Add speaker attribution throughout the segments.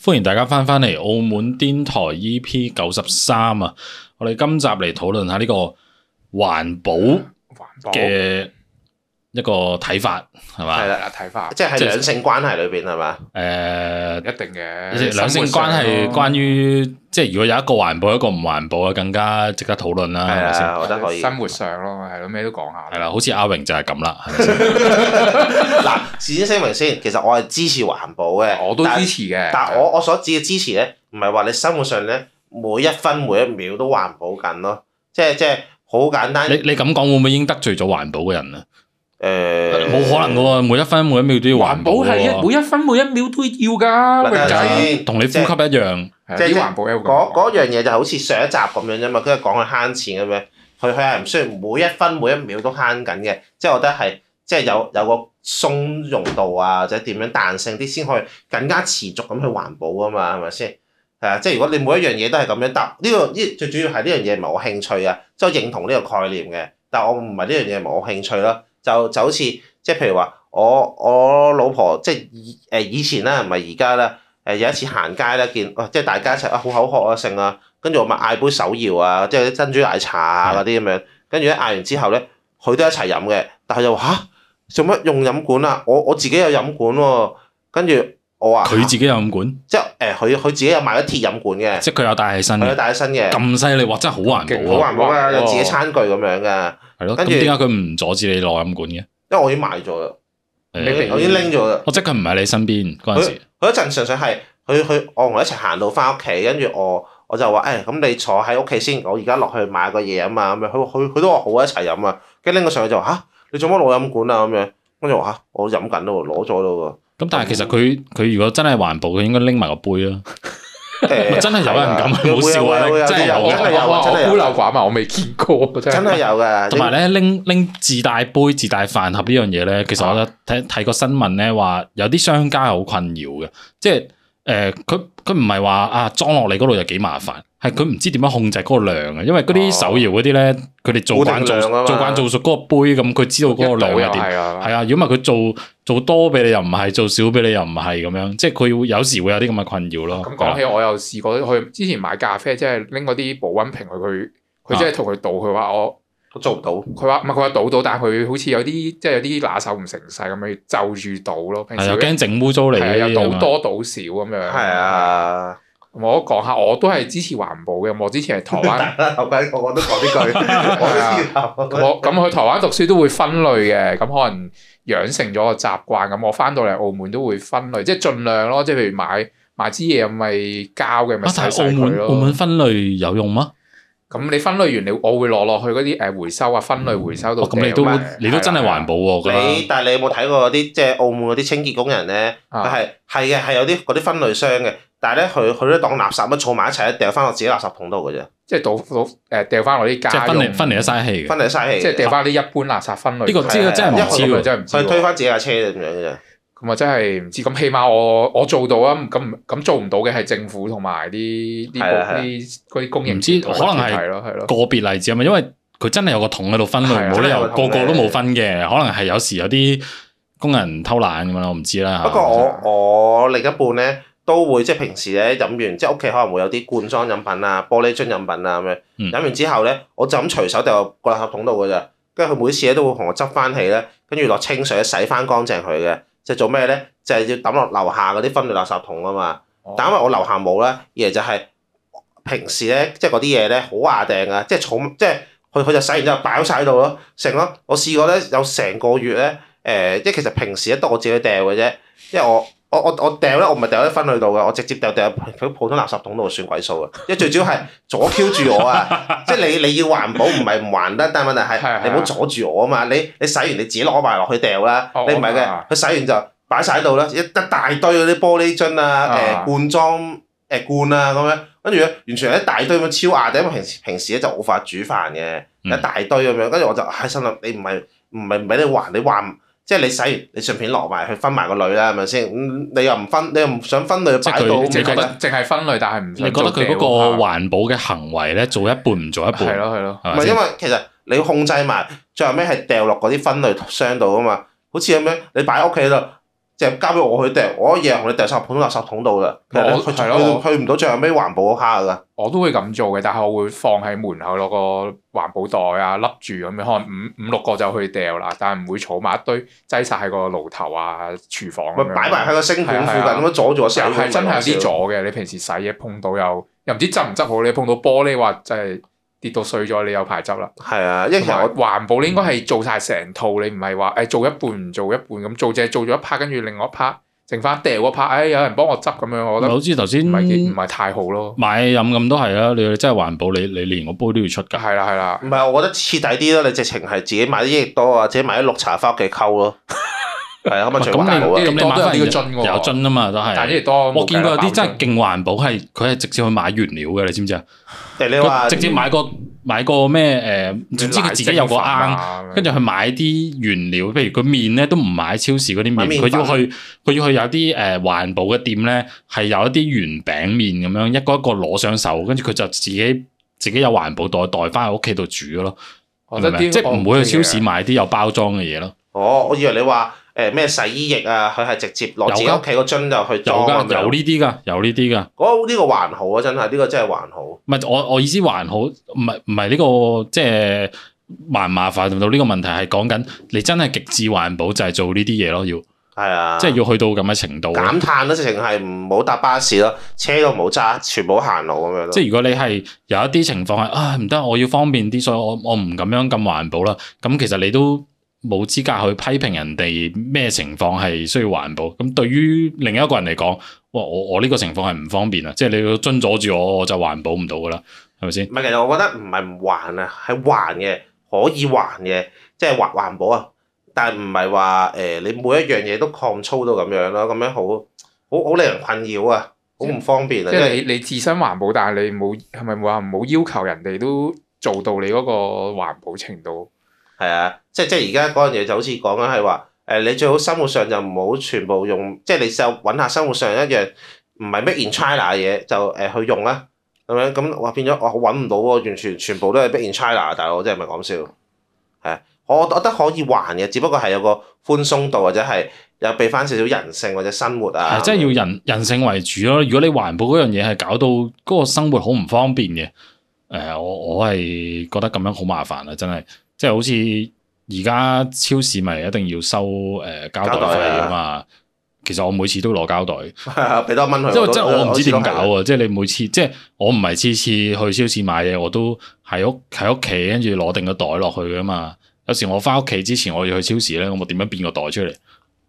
Speaker 1: 歡迎大家翻返嚟澳門癲台 EP 九十三啊！我哋今集嚟討論下呢個環保
Speaker 2: 環保係
Speaker 1: 嘅一個睇法，係嘛？誒、
Speaker 2: 啦，睇法
Speaker 3: 即係喺兩性關係裏邊係嘛？
Speaker 2: 一定嘅
Speaker 1: 兩性關係關於即係如果有一個環保一個唔環保啊，更加值得討論啦，係
Speaker 3: 係
Speaker 1: 咪先？
Speaker 3: 啊，我覺得可以。
Speaker 2: 生活上咯，係咯，咩都講下。
Speaker 1: 係啦，好似阿榮就係咁啦，係咪先？
Speaker 3: 嗱，事先聲明先，其實我係支持環保嘅，
Speaker 2: 我都
Speaker 3: 但
Speaker 2: 支持嘅。
Speaker 3: 但我我所指嘅支持咧，唔係話你生活上咧每一分每一秒都環保緊咯，即係即係好簡單。
Speaker 1: 你你咁講會唔會已經得罪咗環保嘅人啊？
Speaker 3: 誒
Speaker 1: 冇可能嘅喎，每一分每一秒都要環
Speaker 2: 環保
Speaker 1: 保啊
Speaker 2: 係
Speaker 1: 嘅
Speaker 2: 一
Speaker 1: 喎，
Speaker 2: 每一分每一秒都要㗎，
Speaker 3: 嗱
Speaker 2: 永
Speaker 3: 等陣
Speaker 2: 仔。
Speaker 3: 先
Speaker 1: 同你呼吸一樣。
Speaker 2: 係啊
Speaker 3: 即係
Speaker 2: 啲環保 L
Speaker 3: 嗰嗰樣嘢就好似上一集咁樣啫嘛，跟住講佢慳錢咁樣，佢佢係唔需要每一分每一秒都慳緊嘅，即係我覺得係即係有有個鬆容度啊，或者點樣彈性啲先可以更加持續咁去環保啊嘛，係咪先？係啊，即係如果你每一樣嘢都係咁樣，但呢、個呢最主要係呢樣嘢唔係我興趣啊，即係我認同呢個概念嘅，但我唔係呢樣嘢唔係我興趣啦，就就好似即係譬如話我我老婆即係以誒以前啦，唔係而家啦。誒有一次行街咧，見哇即係大家一齊啊好口渴啊剩啊，跟住我咪嗌杯手搖啊，即係啲珍珠奶茶啊嗰啲咁樣，跟住咧嗌完之後咧，佢都一齊飲嘅，但係佢就話吓做乜用飲管啊？我我自己有飲管喎、跟住我話
Speaker 1: 佢
Speaker 3: 吓
Speaker 1: 自己有飲管，
Speaker 3: 即係誒佢佢自己有買咗鐵飲管嘅，
Speaker 1: 即係佢有帶起身
Speaker 3: 佢有
Speaker 1: 嘅，
Speaker 3: 帶起身嘅，
Speaker 1: 咁犀利，哇！真係好環
Speaker 2: 勁
Speaker 1: 保
Speaker 3: 好
Speaker 1: 啊！
Speaker 3: 環保
Speaker 2: 哇
Speaker 3: 啊，有自己餐具咁樣嘅，
Speaker 1: 係咯，咁
Speaker 3: 跟住
Speaker 1: 點解佢唔阻止你攞飲管嘅？
Speaker 3: 因為我已經買咗啦，
Speaker 1: 誒
Speaker 2: 你明
Speaker 3: 我已經拎咗啦。
Speaker 1: 我即係佢唔喺你身邊嗰陣時，
Speaker 3: 佢嗰陣純粹係佢佢我同佢一齊行路翻屋企，跟住我我就話誒咁你坐喺屋企先，我而家落去買個嘢啊嘛咁樣，佢佢佢都話好啊一齊飲啊，跟住拎咗上去就話吓你做乜攞飲管啊咁樣，跟住我話哦吓我飲緊咯喎，攞咗咯
Speaker 1: 咁但係其實佢佢如果真係環保，佢應該拎埋個杯啦。
Speaker 3: 喎，誒
Speaker 1: 真係有人咁
Speaker 3: 啊係
Speaker 1: 唔好笑啊
Speaker 3: 會有會有
Speaker 1: 真係有
Speaker 3: 會
Speaker 2: 我
Speaker 3: 有真係有
Speaker 2: 我
Speaker 3: 真係
Speaker 2: 我孤
Speaker 3: 有
Speaker 2: 陋寡聞，我未見過，真
Speaker 3: 真
Speaker 2: 啊係
Speaker 3: 係有嘅，
Speaker 1: 同埋咧，拎拎自帶杯、自帶飯盒呢樣嘢咧，其實我
Speaker 2: 啊
Speaker 1: 覺得睇睇個新聞咧，話有啲商家係好困擾嘅，即係誒佢佢唔係話啊裝落你嗰度有幾麻煩，係佢唔知點樣控制嗰個量啊，因為嗰啲
Speaker 3: 哦
Speaker 1: 手搖嗰啲咧，佢哋做
Speaker 3: 固定
Speaker 1: 慣做
Speaker 3: 量啊嘛
Speaker 1: 做慣做熟嗰個杯咁，佢知道嗰個量
Speaker 2: 又
Speaker 1: 係點。
Speaker 2: 係啊，
Speaker 1: 係啊，如果唔係佢做做多俾你又唔係，做少俾你又唔係咁樣，即係佢會有時會有啲咁嘅困擾咯。
Speaker 2: 咁
Speaker 1: 係啦
Speaker 2: 講起我又試過去之前買咖啡，即係拎嗰啲保温瓶去佢，
Speaker 1: 啊
Speaker 2: 佢真係同佢倒，佢話我。
Speaker 3: 我做唔到，
Speaker 2: 佢話唔係佢話倒到，但係佢好似有啲即係有啲拿手唔成勢咁樣就住倒咯。平
Speaker 1: 係
Speaker 2: 時
Speaker 1: 又驚整污糟你
Speaker 2: 係啊
Speaker 1: 嗰
Speaker 2: 又
Speaker 1: 啲啊
Speaker 2: 倒
Speaker 1: 嘛
Speaker 2: 多倒少咁樣。
Speaker 3: 係，啊，
Speaker 2: 我講下我都係支持環保嘅。我之前係台 灣，
Speaker 3: 我我我都講 呢句，我都知道
Speaker 2: 我咁去台灣讀書都會分類嘅，咁可能養成咗個習慣。咁我翻到嚟澳門都會分類，即係盡量咯。即係譬如買買支嘢咪膠嘅咪
Speaker 1: 啊！但
Speaker 2: 洗洗
Speaker 1: 係澳
Speaker 2: 佢
Speaker 1: 門澳
Speaker 2: 咯
Speaker 1: 門。分類有用嗎？
Speaker 2: 咁你分類完你，我會攞落去嗰啲誒回收啊，分類回收到
Speaker 1: 哦，咁你都
Speaker 2: 掉埋
Speaker 1: 你都真係
Speaker 2: 係啦
Speaker 1: 環保喎，咁
Speaker 3: 你但係你有冇睇過嗰啲即係澳門嗰啲清潔工人咧？
Speaker 2: 啊
Speaker 3: 佢係係嘅，係有啲嗰啲分類箱嘅，但係咧佢佢都當垃圾咁樣儲埋一齊，掉翻落自己垃圾桶度嘅啫，
Speaker 2: 即係倒倒誒掉翻落啲家
Speaker 1: 即係分離
Speaker 2: 用
Speaker 1: 分離得嘥氣嘅。
Speaker 3: 分嚟嘥氣嘅。
Speaker 2: 即係掉翻啲一般垃圾分類。
Speaker 1: 呢個
Speaker 3: 知
Speaker 1: 呢個真係唔
Speaker 2: 因
Speaker 1: 知
Speaker 2: 為我
Speaker 1: 喎。
Speaker 2: 真係唔知
Speaker 3: 佢推
Speaker 2: 喎。
Speaker 3: 翻自己架車咁樣嘅啫。
Speaker 2: 咁啊，真係唔知。咁起碼我我做到啊，咁咁做唔到嘅係政府同埋啲啲
Speaker 3: 係啊係啊
Speaker 2: 啲嗰啲公營
Speaker 1: 唔知
Speaker 2: 團體
Speaker 1: 可能係
Speaker 2: 咯，係咯。
Speaker 1: 個別例子啊嘛，因為佢真係有個桶喺度分
Speaker 2: 係
Speaker 1: 類，
Speaker 2: 啊
Speaker 1: 冇理由
Speaker 3: 真係有個
Speaker 1: 個
Speaker 3: 桶
Speaker 1: 個都
Speaker 3: 嘅
Speaker 1: 冇分嘅，可能係有時有啲工人偷懶咁樣啦，我唔知啦。
Speaker 2: 啊
Speaker 3: 不過我我另一半咧都會即係平時咧飲完，即係屋企可能會有啲罐裝飲品啊、玻璃樽飲品啊咁樣。
Speaker 1: 嗯
Speaker 3: 飲完之後咧，我就咁隨手掉個垃圾桶度嘅啫。跟住佢每次咧都會同我執翻起咧，跟住落清水洗翻乾淨佢嘅。即係做咩咧？就係要抌落樓下嗰啲分類垃圾桶啊嘛。
Speaker 2: 哦
Speaker 3: 但因為我樓下冇啦，而就係平時咧，即係嗰啲嘢咧好牙定啊，即係儲，即係佢佢就洗完之後擺晒喺度咯，成咯。我試過咧有成個月咧，誒、即係其實平時咧得我自己掉嘅啫，因為我我我我掉咧，我唔係掉喺分類度嘅，我直接掉掉入佢普通垃圾桶度算鬼數嘅，因為最主要係阻 Q 住我啊，即係你 你要環保唔係唔還得，但係問題
Speaker 2: 係係
Speaker 3: 係你唔好阻住我啊嘛，你你洗完你自己攞埋落去掉啦，
Speaker 2: 哦
Speaker 3: 你唔係嘅
Speaker 2: 啊，
Speaker 3: 佢洗完就擺晒喺度啦，一一大堆嗰啲玻璃樽啊，誒、
Speaker 2: 啊
Speaker 3: 罐裝誒罐啊咁樣，跟住咧完全係一大堆咁超壓嘅，因為平時平時咧就冇法煮飯嘅，
Speaker 1: 嗯
Speaker 3: 一大堆咁樣，跟住我就唉心諗你唔係唔係唔俾你還，你還即係你洗完你順便落埋去分埋個女啦，係咪先？咁你又唔分，你又唔想分類
Speaker 1: 即係
Speaker 3: 擺
Speaker 1: 佢你
Speaker 3: 到
Speaker 2: 哦淨
Speaker 1: 覺得
Speaker 3: 咁
Speaker 2: 係淨係分類，但係唔
Speaker 1: 你覺得佢嗰個環保嘅行為咧，做一半唔做一
Speaker 2: 係
Speaker 1: 半，
Speaker 2: 咯係咯，
Speaker 1: 啊係
Speaker 3: 唔
Speaker 1: 咪
Speaker 3: 係
Speaker 1: 先
Speaker 3: 因？為其實你要控制埋，最後尾係掉落嗰啲分類箱度啊嘛。好似咁樣，你擺喺屋企度，就係交俾我去掉，我一樣同你掉晒入普通垃圾桶度啦。
Speaker 2: 我
Speaker 3: 佢
Speaker 2: 係咯哦我
Speaker 3: 去去唔到最後尾環保嗰 part 噶。
Speaker 2: 我都會咁做嘅，但係我會放喺門口攞個環保袋啊，笠住咁樣，可能五五六個就去掉啦，但係唔會儲埋一堆，擠晒喺個爐頭啊、廚房
Speaker 3: 咪
Speaker 2: 咁樣。
Speaker 3: 擺埋喺個星盤附近
Speaker 2: 係啊係啊
Speaker 3: 咁樣阻住我洗
Speaker 2: 又
Speaker 3: 碗。
Speaker 2: 係真係有啲阻嘅，你平時洗嘢碰到又又唔知執唔執好，你碰到玻璃話真係跌到碎咗，你有排執啦。
Speaker 3: 係啊，因為
Speaker 2: 同
Speaker 3: 其實
Speaker 2: 埋
Speaker 3: 我
Speaker 2: 環保你應該係做晒成套，你唔係話誒做一半唔做一半咁，做只做咗一 part，跟住另外一 part 剩翻掉嗰 part，誒有人幫我執咁樣，我覺得
Speaker 1: 好似頭先
Speaker 2: 唔
Speaker 1: 買
Speaker 2: 係幾唔
Speaker 1: 飲
Speaker 2: 係太好咯。
Speaker 1: 咁都係啦，你真係環保，你你連個杯都要出㗎。
Speaker 2: 係啦係啦，
Speaker 3: 唔係，我覺得徹底啲咯。你直情係自己買啲益力多啊，自己買啲綠茶翻屋企溝咯。係啊，咁咪最
Speaker 1: 咁
Speaker 3: 環
Speaker 1: 你
Speaker 3: 保啊
Speaker 2: 益力
Speaker 1: 咁
Speaker 2: 多
Speaker 1: 你買
Speaker 2: 都有
Speaker 1: 翻
Speaker 2: 呢個樽喎
Speaker 1: 有樽啊嘛，都係。
Speaker 2: 但係呢啲多
Speaker 1: 我見過有啲真係
Speaker 2: 係
Speaker 1: 勁環保，係佢係直接去買原料嘅，你知唔知啊？
Speaker 3: 誒你話
Speaker 1: 佢直接買個買個咩誒？總之佢自己有個
Speaker 3: 啊
Speaker 1: 罌，
Speaker 2: 啊
Speaker 1: 跟住去買啲原料，譬如佢面咧都唔買超市嗰啲
Speaker 3: 買
Speaker 1: 面，
Speaker 3: 麵
Speaker 1: 佢
Speaker 3: 粉
Speaker 1: 要去佢要去有啲誒環保嘅店咧，係有一啲圓餅面咁樣一個一個攞上手，跟住佢就自己自己有環保袋袋翻喺屋企度煮咯，
Speaker 2: 我覺得
Speaker 1: 明唔明
Speaker 2: 啲
Speaker 1: 即係唔會去超市買啲有包裝嘅嘢咯。
Speaker 3: 哦，我以為你話誒咩洗衣液啊，佢係直接攞自己
Speaker 1: 有㗎
Speaker 3: 屋企個樽就去
Speaker 1: 有
Speaker 3: 裝啊
Speaker 1: 㗎，
Speaker 3: 咁樣
Speaker 1: 有呢啲㗎，有呢啲㗎。
Speaker 3: 嗰呢個還好啊，真係呢個真係還好。
Speaker 1: 唔係我我意思還好，唔係唔係呢個即係麻唔麻煩到呢個問題係講緊你真係極致環保就係做呢啲嘢咯，要
Speaker 3: 係啊，
Speaker 1: 即係要去到咁嘅程度咯。
Speaker 3: 減碳咯，直情係唔好搭巴士咯，車都唔好揸，全部行路咁樣咯。
Speaker 1: 即係如果你係有一啲情況係啊唔得，我要方便啲，所以我我唔咁樣咁環保啦。咁其實你都冇資格去批評人哋咩情況係需要環保。咁對於另一個人嚟講，哇！我我呢個情況係唔方便啊，即係你要遵阻住我，我就環保唔到噶啦，係咪先？
Speaker 3: 唔係，其實我覺得唔係唔還啊，係還嘅，可以還嘅，即係環環保啊。但係唔係話誒，你每一樣嘢都抗操到咁樣咯，咁樣好好好令人困擾啊，好唔方便啊。
Speaker 2: 即
Speaker 3: 因
Speaker 2: 係
Speaker 3: 為
Speaker 2: 你你自身環保，但係你冇係咪話唔好要求人哋都做到你嗰個環保程度？
Speaker 3: 係啊，即係即係而家嗰樣嘢就好似講緊係話誒，你最好生活上就唔好全部用，即係你就揾下生活上一樣唔係 make in China 嘅嘢就誒、去用啦。咁樣咁哇變咗我揾唔到喎，完全全部都係 make in China，大啊佬真係唔係講笑。係啊，我我覺得可以還嘅，只不過係有個寬鬆度或者係有俾翻少少人性或者生活啊。
Speaker 1: 係真係要人人性為主咯。如果你環保嗰樣嘢係搞到嗰個生活好唔方便嘅，誒、我我係覺得咁樣好麻煩啊！真係，即係好似而家超市咪一定要收誒、膠袋
Speaker 3: 膠袋
Speaker 1: 費
Speaker 3: 啊
Speaker 1: 啊嘛。其實我每次都攞膠袋，
Speaker 3: 要 俾多一蚊佢。
Speaker 1: 即係
Speaker 3: 都
Speaker 1: 即係我唔知點搞。
Speaker 3: 都
Speaker 1: 啊！即係你每次即係我唔係次次去超市買嘢，我都喺屋喺屋企跟住攞定個袋落去噶嘛。有時我翻屋企之前我要去超市咧，我點樣變個袋出嚟？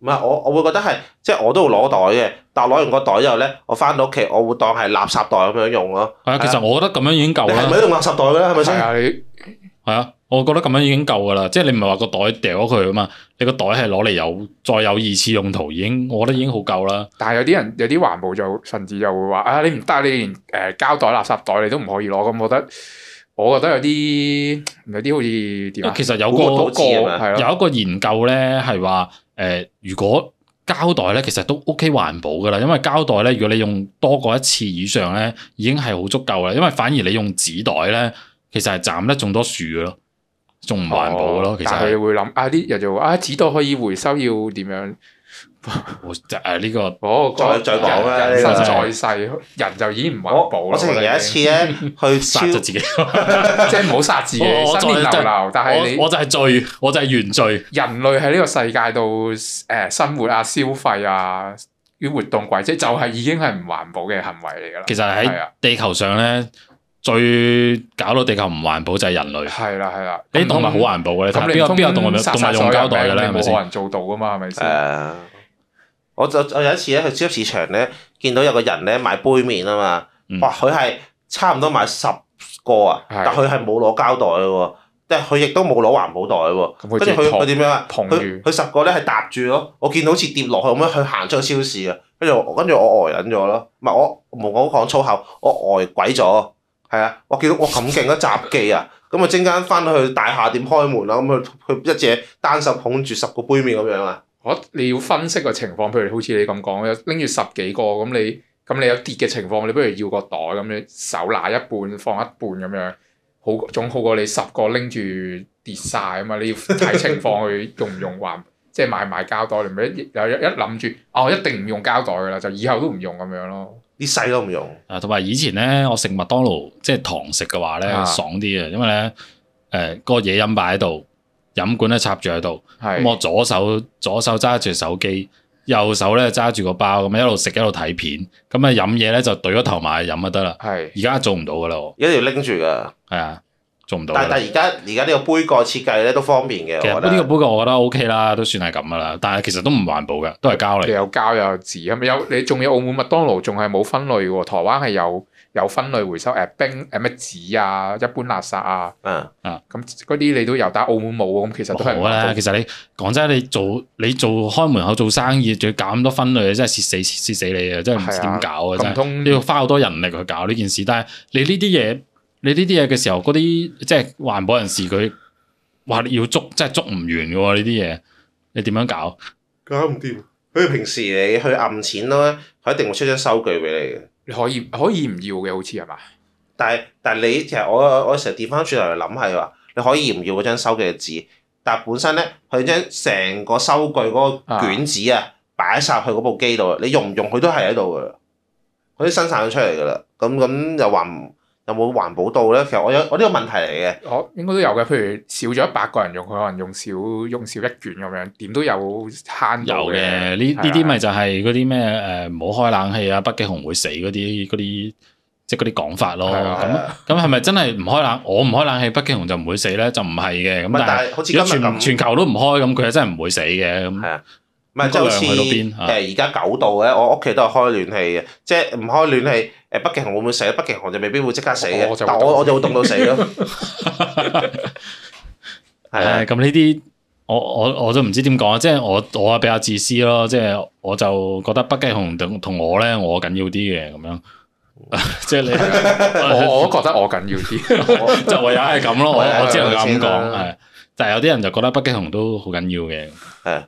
Speaker 3: 唔係我，我會覺得係即係我都會攞袋嘅，但我攞完個袋之後咧，我翻到屋企我會當係垃圾袋咁樣用咯。
Speaker 1: 係啊，其實我覺得咁樣已經夠
Speaker 3: 你
Speaker 1: 啦
Speaker 3: 係。咪用垃圾袋嘅咧？係
Speaker 2: 係
Speaker 3: 咪先？
Speaker 2: 啊，你
Speaker 1: 係啊，我覺得咁樣已經夠噶啦，即係你唔係話個袋掉咗佢啊嘛，你個袋係攞嚟有再有二次用途，已經我覺得已經好夠啦。
Speaker 2: 但係有啲人有啲環保就甚至就會話啊，你唔得，你連誒、呃、膠袋、垃圾袋你都唔可以攞。咁我覺得我覺得有啲有啲好似
Speaker 1: 因
Speaker 2: 點
Speaker 1: 為
Speaker 2: 啊？
Speaker 1: 其實有
Speaker 3: 估唔
Speaker 1: 個
Speaker 3: 到知啊嘛
Speaker 2: 係咯，
Speaker 1: 有一個研究咧係話誒，如果膠袋咧其實都 OK 環保噶啦，因為膠袋咧如果你用多過一次以上咧，已經係好足夠啦。因為反而你用紙袋咧，其實係斬得仲多樹嘅咯，仲唔環保嘅咯。其實
Speaker 2: 哦但係
Speaker 1: 係
Speaker 2: 佢會諗啊，啲人就話啊，紙袋可以回收要點樣？
Speaker 1: 我就誒呢個
Speaker 2: 哦，
Speaker 3: 再
Speaker 2: 嗰
Speaker 3: 再講啦
Speaker 2: 人人
Speaker 1: 呢
Speaker 2: 生
Speaker 1: 個
Speaker 2: 在世，人就已經唔
Speaker 3: 我
Speaker 2: 環保啦。
Speaker 3: 我之前有一次咧去
Speaker 1: 殺
Speaker 3: 超
Speaker 1: 咗自己，
Speaker 2: 即係唔好殺自己，
Speaker 1: 我我
Speaker 2: 新年
Speaker 1: 再
Speaker 2: 流流，但係你
Speaker 1: 我我就係罪，我就係原罪。
Speaker 2: 人類喺呢個世界度誒、呃生活啊、消費啊、啲活動軌跡，就係已經係唔環保嘅行為嚟㗎啦。
Speaker 1: 其實喺
Speaker 2: 係啊，
Speaker 1: 地球上咧，最搞到地球唔環保就係人類。
Speaker 2: 係啦，係啦。
Speaker 1: 你啲動物好
Speaker 2: 咁
Speaker 1: 環保嘅，你睇下
Speaker 2: 咁你
Speaker 1: 邊個
Speaker 2: 通
Speaker 1: 邊個動物
Speaker 2: 殺
Speaker 1: 動
Speaker 2: 殺
Speaker 1: 物用
Speaker 2: 所有
Speaker 1: 膠袋嘅
Speaker 2: 人
Speaker 1: 咧？係咪
Speaker 2: 你冇可
Speaker 1: 先？
Speaker 2: 能做到㗎嘛？係咪先？
Speaker 3: 誒，我就我有一次咧去超級市場咧，見到有個人咧買杯麵啊嘛，
Speaker 1: 嗯
Speaker 3: 哇！佢係差唔多買十個啊，
Speaker 2: 係
Speaker 3: 但佢係冇攞膠袋嘅喎，但係佢亦都冇攞環保袋喎。
Speaker 2: 咁佢
Speaker 3: 跟
Speaker 2: 自
Speaker 3: 住
Speaker 2: 己
Speaker 3: 佢
Speaker 2: 托
Speaker 3: 佢點樣啊？
Speaker 2: 捧
Speaker 3: 佢
Speaker 1: 嗯
Speaker 2: 住
Speaker 3: 佢十個咧係搭住咯，我見到好似跌落去咁樣，佢行咗去超市啊。跟住我跟住我呆忍咗咯，唔係我冇我講粗口，我呆鬼咗。係啊，我見到我咁勁嘅雜技啊！咁啊，陣間翻到去大廈點開門啊？咁佢佢一隻單手捧住十個杯麵咁樣啊！
Speaker 2: 我你要分析個情況，譬如好似你咁講，有拎住十幾個咁你咁你有跌嘅情況，你不如要個袋咁樣手拿一半放一半咁樣，好 總好過你十個拎住跌晒啊嘛！你要睇情況去用唔用環，即即係買埋膠袋，你咪一一有一諗住啊，我一定唔用膠袋噶啦，就以後都唔用咁樣咯。
Speaker 3: 啲世都唔用，
Speaker 1: 啊，同埋以前咧，我食麥當勞即係堂食嘅話咧，
Speaker 2: 啊
Speaker 1: 爽啲嘅，因為咧誒個嘢飲擺喺度，飲管咧插住喺度，
Speaker 2: 係
Speaker 1: 咁我左手左手揸住手機，右手咧揸住個包，咁一路食一路睇片，咁啊飲嘢咧就懟咗頭埋去飲就得啦。
Speaker 2: 係
Speaker 1: 而家做唔到噶啦，我
Speaker 3: 一定要拎住㗎。
Speaker 1: 係啊，做唔到㗎啦。
Speaker 3: 但但而家而家呢個杯蓋設計咧都方便嘅，
Speaker 1: 其實
Speaker 3: 我覺
Speaker 1: 呢個
Speaker 3: 得。
Speaker 1: 杯蓋我覺得 OK 啦，都算係咁噶啦，但係其實都唔環保嘅，都係膠
Speaker 2: 你
Speaker 1: 嚟。
Speaker 2: 有膠又有紙，係咪有你仲有澳門麥當勞仲係冇分類喎？台灣係有有分類回收誒冰誒咩紙啊，一般垃圾啊，
Speaker 3: 嗯，
Speaker 2: 咁嗰啲你都有，但係澳門冇喎咁其實都係唔
Speaker 1: 好啦，
Speaker 2: 環
Speaker 1: 其實你講真，你做你做開門口做生意，仲要搞咁多分類，真係蝕死蝕死你啊！真係唔知
Speaker 2: 係啊
Speaker 1: 點搞
Speaker 2: 保
Speaker 1: 啊！真
Speaker 2: 咁
Speaker 1: 係。
Speaker 2: 通
Speaker 1: 你要花好多人力去搞呢件事，但係你呢啲嘢，你呢啲嘢嘅時候，嗰啲即係環保人士佢話要捉，真係捉唔完嘅喎呢啲嘢，你點樣搞？
Speaker 3: 搞唔掂。佢平時你去揞錢咯，佢一定會出張收據俾你嘅。
Speaker 2: 你可以可以唔要嘅，好似係嘛？
Speaker 3: 但係但係你其實我我成日調翻轉頭嚟諗係話，你可以唔要嗰張收據嘅紙，但係本身咧佢將成個收據嗰個卷紙啊擺晒去嗰部機度，你用唔用佢都係喺度噶啦，佢都生產咗出嚟噶啦。咁咁又話唔有冇環保到咧？其實我有我呢個問題嚟嘅。
Speaker 2: 我應該都有嘅，譬如少咗一百個人用，佢可能用少用少一卷咁樣，點都有慳
Speaker 1: 有
Speaker 2: 到
Speaker 1: 嘅，呢
Speaker 2: 係啊
Speaker 1: 呢啲咪就係嗰啲咩誒唔好開冷氣啊，北極熊會死嗰啲嗰啲即係嗰啲講法咯。
Speaker 2: 係啊
Speaker 1: 咁咁係咪真係唔開冷？我唔開冷氣，北極熊就唔會死咧？就唔係嘅。咁
Speaker 3: 唔係但
Speaker 1: 但係
Speaker 3: 係好似今
Speaker 1: 如果
Speaker 3: 日
Speaker 1: 全
Speaker 3: 咁，
Speaker 1: 全球都唔開，咁佢係真係唔會死嘅。咁
Speaker 3: 唔係即係好似
Speaker 1: 個量去到邊啊
Speaker 3: 誒而家九度咧，我屋企都係開暖氣嘅，即係唔開暖氣誒北極熊會唔會死咧？北極熊就未必會即刻死
Speaker 2: 我
Speaker 3: 嘅
Speaker 2: 就，會
Speaker 3: 但
Speaker 2: 凍
Speaker 3: 我我就會凍到死 咯。係啊
Speaker 1: 誒。咁呢啲我我我都唔知點講，即係我我比較自私咯，即係我就覺得北極熊同同我咧，我緊要啲嘅咁樣， 即係你
Speaker 2: 我我都覺得我緊要 啲，
Speaker 3: 我
Speaker 1: 就唯有係咁咯，我我只能夠咁
Speaker 3: 係
Speaker 1: 講
Speaker 3: 啊
Speaker 1: 係，但係有啲人就覺得北極熊都好緊要嘅，
Speaker 3: 唔係，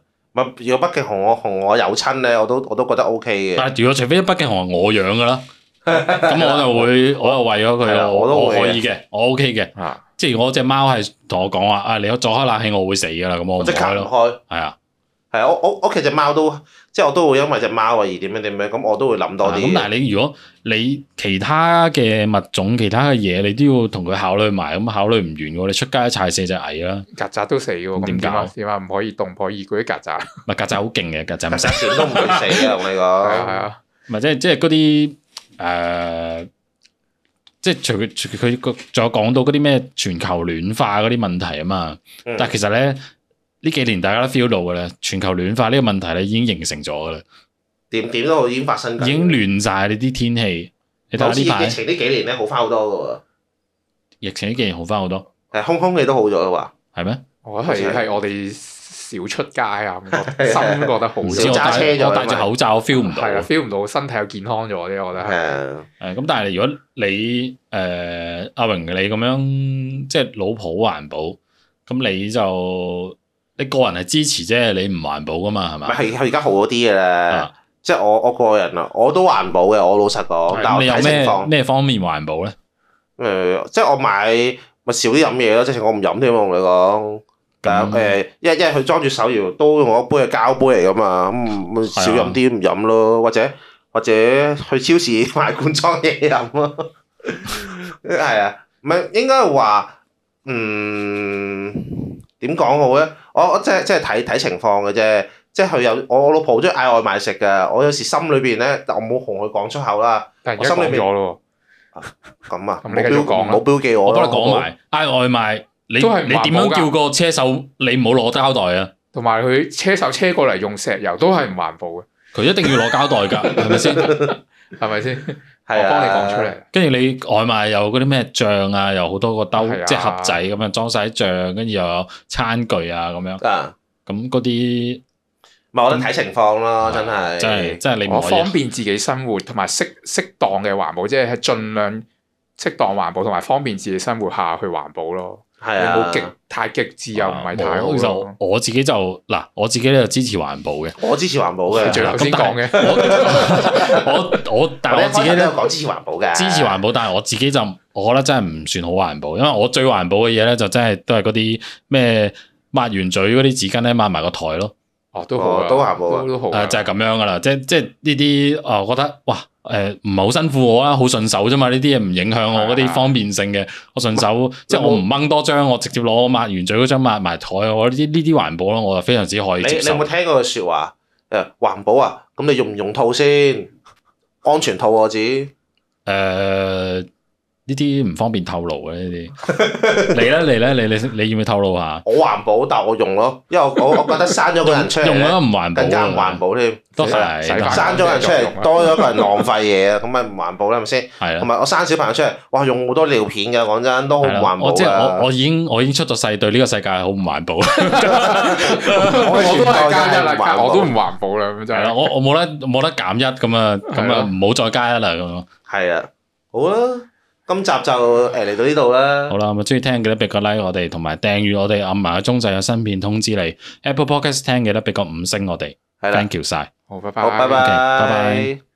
Speaker 3: 如果北極熊我同我有親咧，我都我都覺得 O K 嘅。
Speaker 1: 但係啊如果除非北極熊係我養噶 啦，咁我就會我就為咗
Speaker 3: 係
Speaker 1: 佢，
Speaker 3: 啦
Speaker 1: 我
Speaker 3: 我都
Speaker 1: 我
Speaker 3: 會嘅
Speaker 1: 可以嘅，我 OK 嘅，
Speaker 2: 啊
Speaker 1: 即係我只貓係同我講話啊，你再開冷氣我會死噶啦，咁我唔
Speaker 3: 我即刻
Speaker 1: 開
Speaker 3: 唔
Speaker 1: 咯，
Speaker 3: 開，
Speaker 1: 係啊，
Speaker 3: 係啊我我屋企只貓都，即係我都會因為只貓啊而點樣點樣，咁我都會諗多
Speaker 1: 啊咁
Speaker 3: 啲。
Speaker 1: 但係你如果你其他嘅物種、其他嘅嘢，你都要同佢考慮埋，咁考慮唔完嘅喎，你出街踩四隻蟻啦，
Speaker 2: 曱甴都死嘅喎，
Speaker 1: 點
Speaker 2: 咁點啊
Speaker 1: 搞
Speaker 2: 點啊，唔可以動破二嗰啲曱甴，係
Speaker 1: 咪曱甴好勁嘅，曱甴唔
Speaker 3: 曱
Speaker 1: 使，
Speaker 3: 甴點都唔會死嘅，我同你
Speaker 2: 啊係
Speaker 3: 講。
Speaker 2: 啊，
Speaker 1: 咪即係即係嗰啲誒，即係除佢除佢佢仲有講到嗰啲咩全球暖化嗰啲問題啊嘛，
Speaker 3: 嗯
Speaker 1: 但係其實咧呢幾年大家都 feel 到嘅啦，全球暖化呢個問題咧已經形成咗嘅啦，
Speaker 3: 點點都已經發生緊。
Speaker 1: 已經亂晒你啲天氣，你睇
Speaker 3: 嗯
Speaker 1: 下
Speaker 3: 好似
Speaker 1: 呢
Speaker 3: 疫
Speaker 1: 排
Speaker 3: 情呢幾年咧好翻好多
Speaker 1: 疫情呢幾年好翻好多，
Speaker 3: 嘅喎，係空空氣都好咗嘅話，
Speaker 1: 係咩？
Speaker 2: 我覺得係係我哋少出街啊， 個心覺得好
Speaker 1: 唔
Speaker 3: 少
Speaker 1: 知我
Speaker 2: 咗，
Speaker 3: 揸車
Speaker 1: 戴
Speaker 3: 咗
Speaker 1: 我戴住
Speaker 3: 因為
Speaker 1: 口罩 feel 唔到
Speaker 3: 啊
Speaker 2: 係。啦，feel 唔到身體又健康咗啲，我覺得係。
Speaker 3: 誒
Speaker 1: 誒咁，但係如果你誒、呃阿榮你咁樣即係老普環保，咁你就你個人係支持啫，你唔環保噶嘛，係
Speaker 3: 唔
Speaker 1: 嘛？
Speaker 3: 係佢而家好咗啲嘅啦
Speaker 1: 啊，
Speaker 3: 即係我我個人啊，我都環保嘅，我老實講，但
Speaker 1: 咁
Speaker 3: 係我
Speaker 1: 你有
Speaker 3: 睇情況
Speaker 1: 咩。咩方面環保咧？
Speaker 3: 誒、即係我買咪少啲飲嘢咯，即係我唔飲添喎，我同你講。但
Speaker 1: 咁
Speaker 3: 係誒，一一係佢裝住手搖，都用我杯係膠杯嚟噶嘛，咁咪少飲啲唔飲咯，或者或者去超市 買罐裝嘢飲咯。係啊，唔係應該係話，嗯點講好咧？我我即係即係睇睇情況嘅啫，即係佢有我老婆好中意嗌外賣食㗎，我有時心裏邊咧，但我冇同佢講出口啦。
Speaker 2: 但係而家
Speaker 3: 我
Speaker 2: 講
Speaker 3: 心裏邊
Speaker 2: 咗咯
Speaker 3: 咁啊，
Speaker 2: 咁
Speaker 3: 冇
Speaker 2: 你繼
Speaker 3: 標
Speaker 2: 續講啊
Speaker 3: 冇標記我
Speaker 1: 我
Speaker 3: 咯
Speaker 1: 幫你講埋嗌外賣，你
Speaker 2: 都係
Speaker 1: 你
Speaker 2: 唔環保㗎
Speaker 1: 點樣叫個車手你唔好攞膠袋啊？
Speaker 2: 喎，同埋佢車手車過嚟用石油都係唔環保嘅，
Speaker 1: 佢一定要攞膠袋 㗎，係咪先？
Speaker 2: 係咪先？我
Speaker 3: 係啊
Speaker 2: 幫你講出嚟。
Speaker 1: 跟住你外賣有嗰啲咩醬啊，有好多個兜
Speaker 2: 係啊
Speaker 1: 即係盒仔咁樣裝晒啲醬，跟住又有餐具啊咁樣，
Speaker 3: 啊，
Speaker 1: 咁嗰啲。
Speaker 3: 唔係我覺得睇情況咯，真
Speaker 1: 嗯真係
Speaker 3: 係。
Speaker 1: 真係你唔
Speaker 2: 我
Speaker 1: 可以
Speaker 2: 方便自己生活，同埋適適當嘅環保，即係盡量適當環保，同埋方便自己生活下去環保咯。
Speaker 3: 係
Speaker 2: 你
Speaker 3: 啊
Speaker 2: 冇，極太極致又唔係太好
Speaker 1: 我
Speaker 2: 咯
Speaker 1: 啊就。我自己就嗱，我自己咧就支持環保嘅。
Speaker 3: 我支持環保嘅
Speaker 2: 你。最後先講
Speaker 1: 啊
Speaker 2: 嘅，
Speaker 1: 我我我，但係我自己
Speaker 3: 都
Speaker 1: 咧
Speaker 3: 有講支持環保嘅。
Speaker 1: 支持環保，但係我自己就我覺得真係唔算好環保，因為我最環保嘅嘢咧就真係都係嗰啲咩抹完嘴嗰啲紙巾咧抹埋個台咯，
Speaker 2: 哦，都好啊，
Speaker 3: 哦都下步啊
Speaker 2: 都都好啊，
Speaker 1: 誒就係咁樣噶啦，即即呢啲啊，我覺得哇誒唔係好辛苦我啦，好順手啫嘛，呢啲嘢唔影響我嗰
Speaker 2: 啊
Speaker 1: 啲方便性嘅，我順 手即係我唔掹多張，我直接攞抹完嘴嗰張抹埋台，我呢啲呢啲環保咯，我就非常之可以
Speaker 3: 你
Speaker 1: 接
Speaker 3: 你有
Speaker 1: 受
Speaker 3: 冇。聽過個説話？誒環保啊，咁你用唔用套先？安全套我指。
Speaker 1: 誒呃呢啲唔方便透露嘅呢啲， 嚟啦嚟啦，你你你要唔要透露下？
Speaker 3: 我環保，但我用咯，因為我我我覺得生咗個人出嚟
Speaker 1: 用啊
Speaker 3: 咧
Speaker 1: 咗唔環保，
Speaker 3: 更加唔環，保啊添。
Speaker 1: 都
Speaker 2: 洗飯
Speaker 1: 係
Speaker 3: 生咗個人出
Speaker 2: 啊
Speaker 3: 嚟，多咗個人浪費嘢啊，咁咪唔環保啦，係咪先？
Speaker 1: 啊係啦
Speaker 3: 同。埋我生小朋友出嚟，哇，用好多尿片㗎，講真都好唔
Speaker 1: 係啦
Speaker 3: 環
Speaker 1: 我即係
Speaker 3: 保啊
Speaker 1: 我
Speaker 3: 㗎。
Speaker 1: 我已經我已經出咗世，對呢個世界係好唔環 保。
Speaker 2: 我我都係加一啦，
Speaker 3: 全部都係唔環
Speaker 2: 加
Speaker 3: 保
Speaker 2: 我都唔環保啦，咁真
Speaker 1: 係啦，
Speaker 2: 係。
Speaker 1: 我我冇得冇得減一咁啊，咁啊
Speaker 2: 係咯
Speaker 1: 唔好再加一啦咁咯。
Speaker 3: 係啊，好啦，今集就誒嚟到呢度啦
Speaker 1: 好。啦，咁啊中意聽記得俾個 like 我哋，同埋訂閱我哋，啊按埋個鐘仔有新片通知你。Apple Podcast 聽記得俾個五星我哋
Speaker 3: 係啦，
Speaker 1: ，thank you 晒。
Speaker 2: 好，拜拜，
Speaker 3: 好，拜拜，
Speaker 1: 拜拜。